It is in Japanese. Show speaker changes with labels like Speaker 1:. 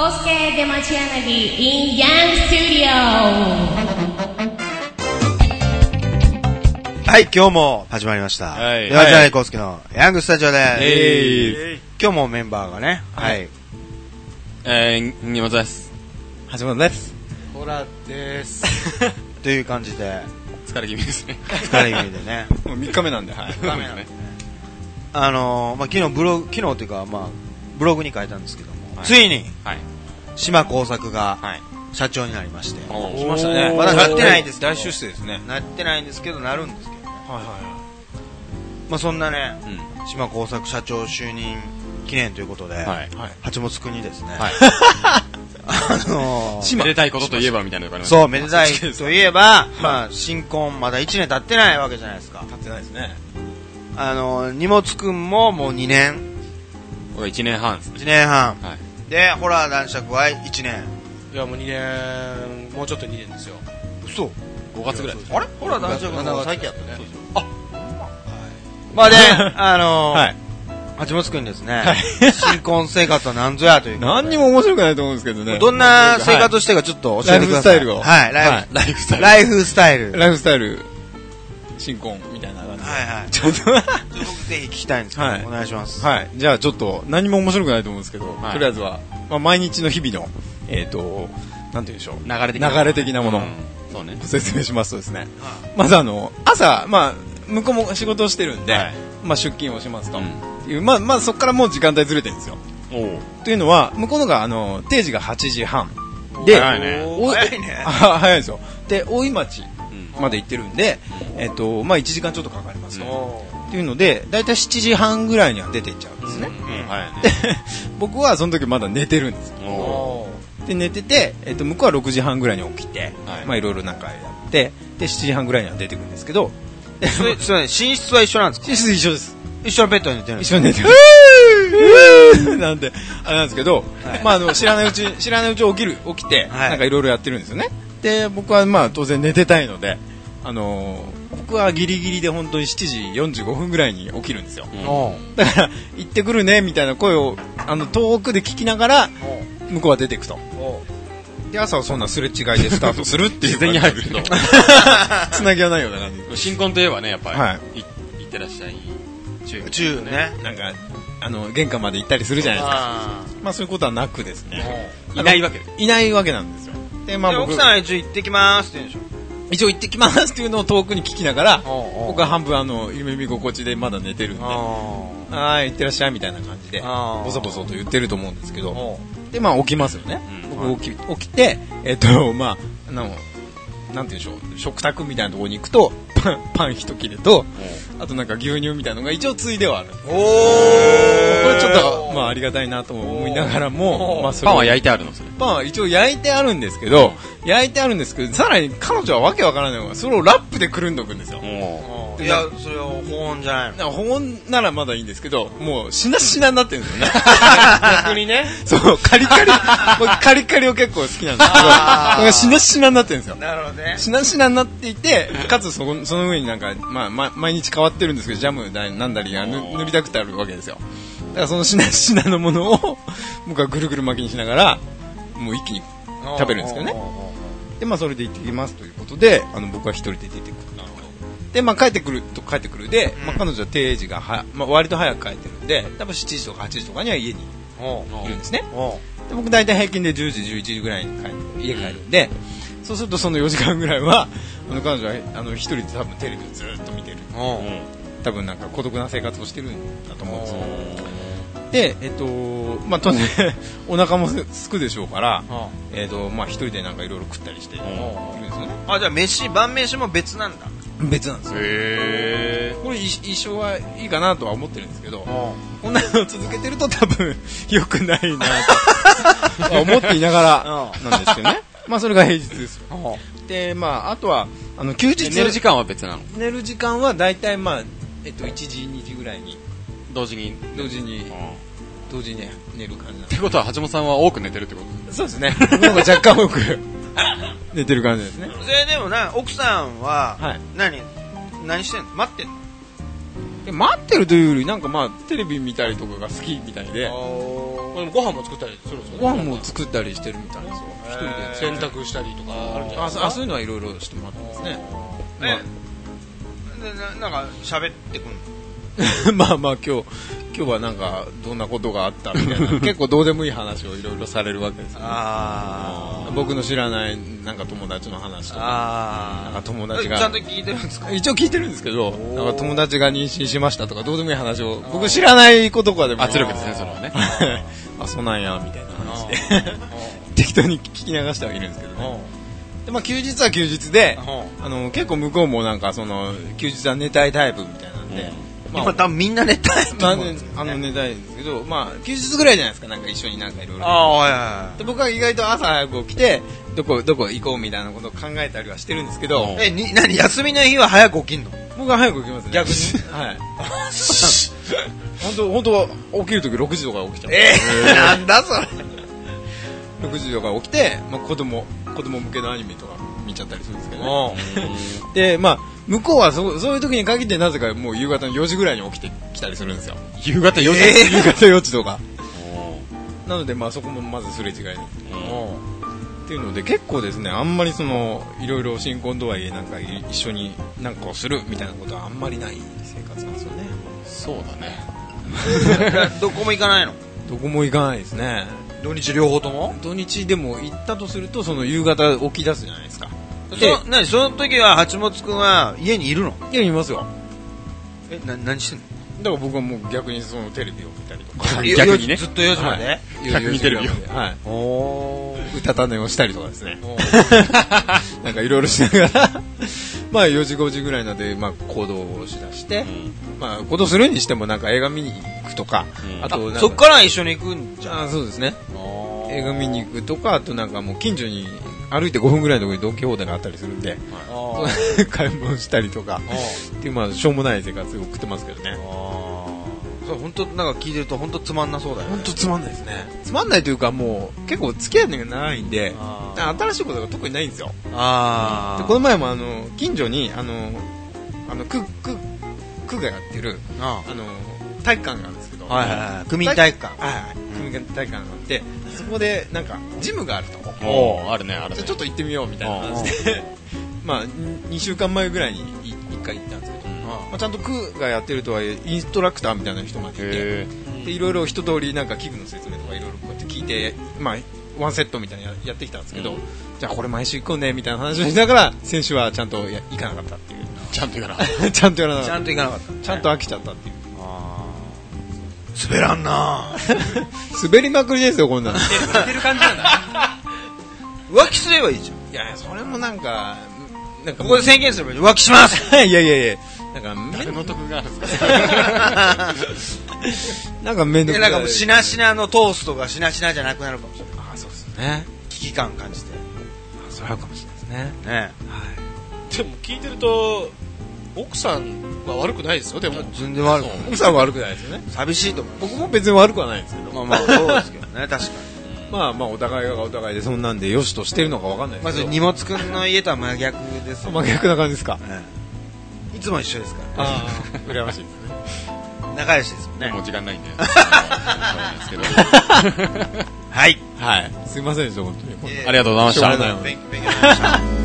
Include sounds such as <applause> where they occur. Speaker 1: Kosuke Demachianagi in Yang Studio.
Speaker 2: はい、今日も始まりました。
Speaker 3: はい
Speaker 2: では、じゃあ、
Speaker 3: は
Speaker 2: コウスケのヤングスタジオです。
Speaker 3: え
Speaker 2: 今日もメンバーがね、は。
Speaker 3: はいえー、荷物です。
Speaker 4: 始まるです。
Speaker 5: ほらです。
Speaker 2: <laughs> という感じで、
Speaker 3: 疲れ気味ですね。
Speaker 2: 疲れ気
Speaker 3: <laughs>
Speaker 2: 味でね。
Speaker 4: もう3日目なんで、はい。
Speaker 3: ダメだね。
Speaker 2: あのー、まあ、昨日ブログ、昨日というか、まあ、ブログに書いたんですけども、
Speaker 3: はい
Speaker 2: ついに、
Speaker 3: <laughs> はい。
Speaker 2: 島工作が
Speaker 3: はい。
Speaker 2: 社長になりまして、
Speaker 3: お
Speaker 4: 来ましたね。
Speaker 2: まだ買ってないんですけど
Speaker 4: 大出世ですね。
Speaker 2: なってないんですけど、なるんですけどね。
Speaker 4: はいは
Speaker 2: まあ、そんなね、
Speaker 3: うん。
Speaker 2: 島工作社長就任記念ということで、
Speaker 3: はい。
Speaker 4: い。はい。
Speaker 2: 八本くんにですね、 <laughs>
Speaker 3: はい。
Speaker 2: あ
Speaker 3: <laughs>
Speaker 2: のー、
Speaker 3: めでたいことといえばみたいなのがあります
Speaker 2: <laughs> そう、めでた
Speaker 3: <laughs>
Speaker 2: いといえば、まあ、新婚まだ1年経ってないわけじゃないですか。
Speaker 4: 買ってないですね。
Speaker 2: あの、荷物くんももう2年、
Speaker 3: これ1年半ですね。
Speaker 2: 1年半。
Speaker 3: はい。
Speaker 2: で、ホラー男爵は1年。
Speaker 5: いやもう2年、もうちょっと2年ですよ。
Speaker 2: 嘘
Speaker 3: 5月ぐらいですね。
Speaker 2: あれホラー男爵の方が先やったね。
Speaker 5: そうですよ
Speaker 2: まあ <laughs> で、あの
Speaker 4: はい。
Speaker 2: 八本くんですね、新婚生活は何ぞやということで。
Speaker 4: 何にも面白くないと思うんですけどね。
Speaker 2: どんな生活をしてるかちょっと教えてください。
Speaker 4: ライフスタイルを
Speaker 2: はい、ライ
Speaker 4: は
Speaker 2: フ。
Speaker 3: ライフスタイル。
Speaker 2: ライフスタイル。はい
Speaker 4: ライフスタイル、新婚みたいな感じで。
Speaker 2: はい。
Speaker 4: ちょっと
Speaker 2: ちょっと僕ぜひ聞きたいんですけど、
Speaker 4: はい
Speaker 2: お願いします。
Speaker 4: <laughs> はい。じゃあちょっと、何も面白くないと思うんですけど、
Speaker 3: はい
Speaker 4: とりあえずは、まあ、毎日の日々の、えっ、と、なんて言うんでしょう。
Speaker 3: 流れ的
Speaker 4: 流れ的なもの
Speaker 3: うんそうね。
Speaker 4: 説明しますとですね、まずあの朝、まあ、向こうも仕事をしてるんで、
Speaker 3: はい
Speaker 4: まあ、出勤をしますと、
Speaker 3: うん
Speaker 4: いうまあまあ、そこからもう時間帯ずれてるんですよ。
Speaker 3: おお。
Speaker 4: というのは向こうのがあの定時が8時半で
Speaker 3: 早いね
Speaker 4: お
Speaker 2: 早いね
Speaker 4: <laughs> あ早いですよで大井町まで行ってるんで、えっとまあ、1時間ちょっとかかりますと、っていうので大体7時半ぐらいには出てっちゃうんですね、
Speaker 3: うん。はいね。
Speaker 4: で <laughs> 僕はその時まだ寝てるんです
Speaker 3: おお。
Speaker 4: で寝てて、えっと向こうは6時半ぐらいに起きて、
Speaker 3: はい
Speaker 4: い、まあいろいろなんかやってで7時半ぐらいには出てくるんですけど <laughs>
Speaker 2: すいません、寝室は一緒なんですか
Speaker 4: 寝室一緒です
Speaker 2: 一緒のベッドに寝てるんです
Speaker 4: 一緒に寝てる <laughs> なんであれなんですけど、まあ、あの知らないう <laughs> ち知らないうち起きる起きて、
Speaker 2: はい
Speaker 4: なんかいろいろやってるんですよねで僕はまあ当然寝てたいのであのー僕はギリギリで本当に7時45分ぐらいに起きるんですよ
Speaker 3: うん
Speaker 2: おう
Speaker 4: だから行ってくるねみたいな声をあの遠くで聞きながら向こうは出てくとで朝はそんなすれ違いでスタートするって <laughs> いう
Speaker 3: 自然に入るけど。
Speaker 4: つなぎはないような感じ
Speaker 3: 新婚といえばね、やっぱ
Speaker 4: は
Speaker 3: り、い行ってらっしゃい。中
Speaker 2: 宇宙ね。
Speaker 4: なんかあの玄関まで行ったりするじゃないですか
Speaker 2: あー
Speaker 4: まあそういうことはなくですね
Speaker 3: いないわけで。
Speaker 4: いないわけなんですよでま
Speaker 2: で
Speaker 4: あ僕
Speaker 2: 奥さんは一応行ってきますって言うんでしょ
Speaker 4: 一応行ってきますっていうのを遠くに聞きながら、
Speaker 2: おうおう
Speaker 4: 僕は半分あの、夢見心地でまだ寝てるんで、は
Speaker 2: あ
Speaker 4: ーい、行ってらっしゃいみたいな感じで、
Speaker 2: あー
Speaker 4: ボソボソと言ってると思うんですけ
Speaker 2: あ。
Speaker 4: ど、
Speaker 2: おう
Speaker 4: で、まあ起きますよね
Speaker 3: うん。
Speaker 4: 僕起き起きて、えっと、まあ、あの、なんて言うんでしょう、食卓みたいなところに行くと、パン、パン一切れと、あとなんか牛乳みたいなのが一応ついではある。こ
Speaker 2: おー
Speaker 4: れちょっと、まあありがたいなとも思いながらも、まあそれ
Speaker 3: パン
Speaker 4: を
Speaker 3: は焼いてあるの、それ。
Speaker 4: パンは一応焼いてあるんですけど、焼いてあるんですけど、さらに彼女はわけわからないのが、それをラップでくるんどくんですよ。
Speaker 3: おお。
Speaker 2: いや、それは保温じゃないの。
Speaker 4: なんか保温ならまだいいんですけど、もうしなしなになってるんですよね。
Speaker 2: 逆にね。
Speaker 4: <laughs> そう、カリカリ、僕カリカリを結構好きなんですけど、
Speaker 2: あー
Speaker 4: なんかしなしなになってるんですよ。
Speaker 2: なるほどね。
Speaker 4: しなしなになっていて、かつそこその上になんか、まあ、ま、毎日変わってるんですけど、ジャムだなんだりがぬ塗りたくてあるわけですよ。だからそのしなしなのものを、僕はぐるぐる巻きにしながら、もう一気に <laughs> 食べるんですけどね。で、まあ、それで行ってきますということで、あの、僕は一人で出てくる。で、まあ、帰ってくると帰ってくるで、まあ、彼女は定時がは、まあ、割と早く帰ってるんで、多分7時とか8時とかには家に
Speaker 2: おう
Speaker 4: いるんですね。
Speaker 2: おう
Speaker 4: で、僕大体平均で10時、11時ぐらいに帰る家帰るんで、そうするとその4時間ぐらいは、あの、彼女は、あの、一人で多分テレビをずっと見てる。
Speaker 2: お
Speaker 3: う。
Speaker 2: うん
Speaker 4: 多分なんか孤独な生活をしてるんだと思うんですよ。で、えっと、まあ、当然、お腹もすすくでしょうから、えっと、まあ、一人でなんかいろいろ食ったりしているんですよね。
Speaker 2: あ、じゃあ飯、晩飯も別なんだ。
Speaker 4: 別なんですよ
Speaker 3: へ
Speaker 4: これい一生はいいかなとは思ってるんですけど
Speaker 2: おう
Speaker 4: こんなの続けてると多分 <laughs> 良くないなと <laughs> 思っていながらなんですけどね <laughs> まあそれが平日ですよ
Speaker 2: おう
Speaker 4: でまああとはあの休日
Speaker 3: ー。寝る時間は別なの
Speaker 4: 寝る時間は大体まあえっと1時2時ぐらいに
Speaker 3: 同時に。
Speaker 4: 同時に
Speaker 3: うんっ
Speaker 4: 同時に寝る感じなん
Speaker 3: て
Speaker 4: で
Speaker 3: ことは、橋本さんは多く寝てるってこと
Speaker 4: そうですね僕の方が若干多く <laughs> 寝てる感じですね
Speaker 2: それでもな、奥さんは、
Speaker 4: はい
Speaker 2: 何、何してんの待ってんの
Speaker 4: で待ってるというよりなんかまあテレビ見たりとかが好きみたいで
Speaker 5: これもご飯も作ったりするんですよね
Speaker 4: ご飯も作ったりしてるみたいですよ一人で
Speaker 5: 洗濯したりとかあるんじゃない
Speaker 4: あ
Speaker 5: です
Speaker 4: そ
Speaker 5: か
Speaker 4: あそういうのはいろいろしてもらってますね
Speaker 2: ねでななんか喋ってくんの
Speaker 4: <laughs> まあまあ今日今日はなんかどんなことがあったみたいな
Speaker 5: <laughs>
Speaker 4: 結構どうでもいい話をいろいろされるわけですよ、ね、
Speaker 2: あー
Speaker 4: 僕の知らないなんか友達の話とか
Speaker 2: あ
Speaker 4: なんか友達が
Speaker 2: ちゃんと聞いてるんですか
Speaker 4: 一応聞いてるんですけどなんか友達が妊娠しましたとかどうでもいい話を僕知らないことかでも
Speaker 3: 圧力ですね、それはね。
Speaker 4: はいあそうなんやみたいな話で適当に聞き流してはいるんですけどねで、まあ、休日は休日であの結構向こうもなんかその休日は寝たいタイプみたいなんで、まあ
Speaker 2: 今多分みんな寝たいと
Speaker 4: まあ
Speaker 2: 思う
Speaker 4: ね、あの寝たいんですけど、まあ、休日ぐらいじゃないですか、なんか一緒になんかいろいろ。
Speaker 2: あーはいは
Speaker 4: で僕は意外と朝早く起きて、どこ、どこ行こうみたいなことを考えたりはしてるんですけど、
Speaker 2: いはいえに何休みの日は早く起きんの
Speaker 4: 僕は早く起きますね。
Speaker 2: 逆に
Speaker 4: <laughs> はい。本当本当は起きるとき6時とか起きちゃう。
Speaker 2: えー、なんだそれ
Speaker 4: 6時とか起きて、まあ、子供、子供向けのアニメとか見ちゃったりするんですけど、ね、 <laughs> で、まあ、向こうはそそういう時に限ってなぜかもう夕方の4時ぐらいに起きてきたりするんですよ。
Speaker 3: 夕方4時。
Speaker 4: <laughs> 夕方4時とか。なので、まあ、そこもまずすれ違いにっていうので結構ですねあんまりそのいろいろ新婚とはいえなんかい一緒になんかをするみたいなことはあんまりない生活なんですよね
Speaker 3: そうだね。
Speaker 2: <laughs> どこも行かないの
Speaker 4: どこも行かないですね
Speaker 2: 土日両方とも
Speaker 4: 土日でも行ったとするとその夕方起き出すじゃないですかで
Speaker 2: そ何その時は八本くんは家にいるの
Speaker 4: いやいますよ
Speaker 2: えな何してんの
Speaker 4: だから僕はもう逆にそのテレビを見たりとか
Speaker 3: 逆にね
Speaker 2: ずっと4時まで、
Speaker 4: <laughs> はい
Speaker 3: 逆にテレビを
Speaker 4: はい
Speaker 2: おお
Speaker 4: うたた寝をしたりとかですね <laughs> なんかいろいろしながら <laughs> まあ4時5時ぐらいなので、まあ、行動をしだして、まあ、行動するにしてもなんか映画見に行くとか、
Speaker 3: うん
Speaker 4: あとなんか
Speaker 2: そっから一緒に行くんじゃん
Speaker 4: あそうですね映画見に行くとかあとなんかもう近所に歩いて5分ぐらいのところにドン・キホーテがあったりするんで <laughs> 買い物したりとかっていうまあしょうもない生活を送ってますけどね
Speaker 2: そう本当なんか聞いてると本当つまんなそうだよ、ね、
Speaker 4: 本当つまんないですねつまんないというかもう結構付き合いが長いんで
Speaker 2: あ
Speaker 4: 新しいことが特にないんですよ
Speaker 2: あ
Speaker 4: で
Speaker 2: ー
Speaker 4: この前もあの近所にあのあの区区区がやってる
Speaker 2: あ
Speaker 4: あの体育館があるんですけど
Speaker 2: ーはいはいはい区民体育館
Speaker 4: はいはい、組み体育館があってそこでなんかジムがあると
Speaker 3: おーあるね、あるね
Speaker 4: じゃあ。ちょっと行ってみようみたいな感じで、 <laughs> まあ、2週間前ぐらいに1回行ったんですけど、
Speaker 3: うん
Speaker 4: まあ、ちゃんと区がやってるとはいえ、インストラクターみたいな人までいて、
Speaker 3: へ
Speaker 4: でいろいろ一通りなんか器具の説明とかいろいろこうやって聞いて、まあ、ワンセットみたいなのややってきたんですけど、
Speaker 3: うん
Speaker 4: じゃあこれ毎週行こうねみたいな話をしながら、先週はちゃんとや行かなかったっていう、
Speaker 3: ーちゃんと行 <laughs> かな。
Speaker 2: <laughs>
Speaker 4: ちゃんとやらな
Speaker 2: ち
Speaker 4: か
Speaker 2: ゃ
Speaker 4: っ
Speaker 2: んと行かなかった
Speaker 4: た、ちゃんと飽きちゃったっていう、
Speaker 2: あー滑らんなー
Speaker 4: 滑りまくりですよ、こんなの。
Speaker 5: 似てる感じなんだ
Speaker 2: <laughs> 浮気すればいいじゃん
Speaker 4: いや、それもなんか、なんか
Speaker 2: こ
Speaker 4: も
Speaker 2: こ
Speaker 4: う
Speaker 2: で宣言すればいい浮気します
Speaker 4: <laughs> いやいやいや、なんかめ
Speaker 3: 誰の得があるんですか
Speaker 4: なんかめんど
Speaker 2: で
Speaker 4: く
Speaker 2: な
Speaker 4: さい。
Speaker 2: んかもうしなしなのトーストがしなしなじゃなくなるかもしれない
Speaker 4: あ、そうですね。
Speaker 2: 危機感感じて
Speaker 4: あそれあるかもしれないですね。
Speaker 2: ね
Speaker 5: でも聞いてると奥さんは悪くないですよでも
Speaker 2: 全然悪くない
Speaker 4: 奥さんは悪くないですよね。
Speaker 2: 寂しいと思う
Speaker 4: 僕も別に悪くはないんですけど。
Speaker 2: まあまあそうですけどね確かに
Speaker 4: まあまあ、お互いがお互いでそんなんでよしとしてるのかわかんないで
Speaker 2: ます
Speaker 4: け
Speaker 2: ず
Speaker 4: ど。
Speaker 2: 荷物くんの家とは真逆です
Speaker 4: 真逆な感じですか。
Speaker 2: ええいつも一緒ですから
Speaker 4: ああ、羨ましいですね。
Speaker 2: 仲良しですもん
Speaker 3: <laughs>
Speaker 2: ね
Speaker 3: もう時間ないんで。あのそう <laughs> なんですけど
Speaker 2: はい
Speaker 4: はい。すいませんでした、本当に。
Speaker 3: ありがとうございました
Speaker 4: しょうがない
Speaker 2: 勉強勉強になりました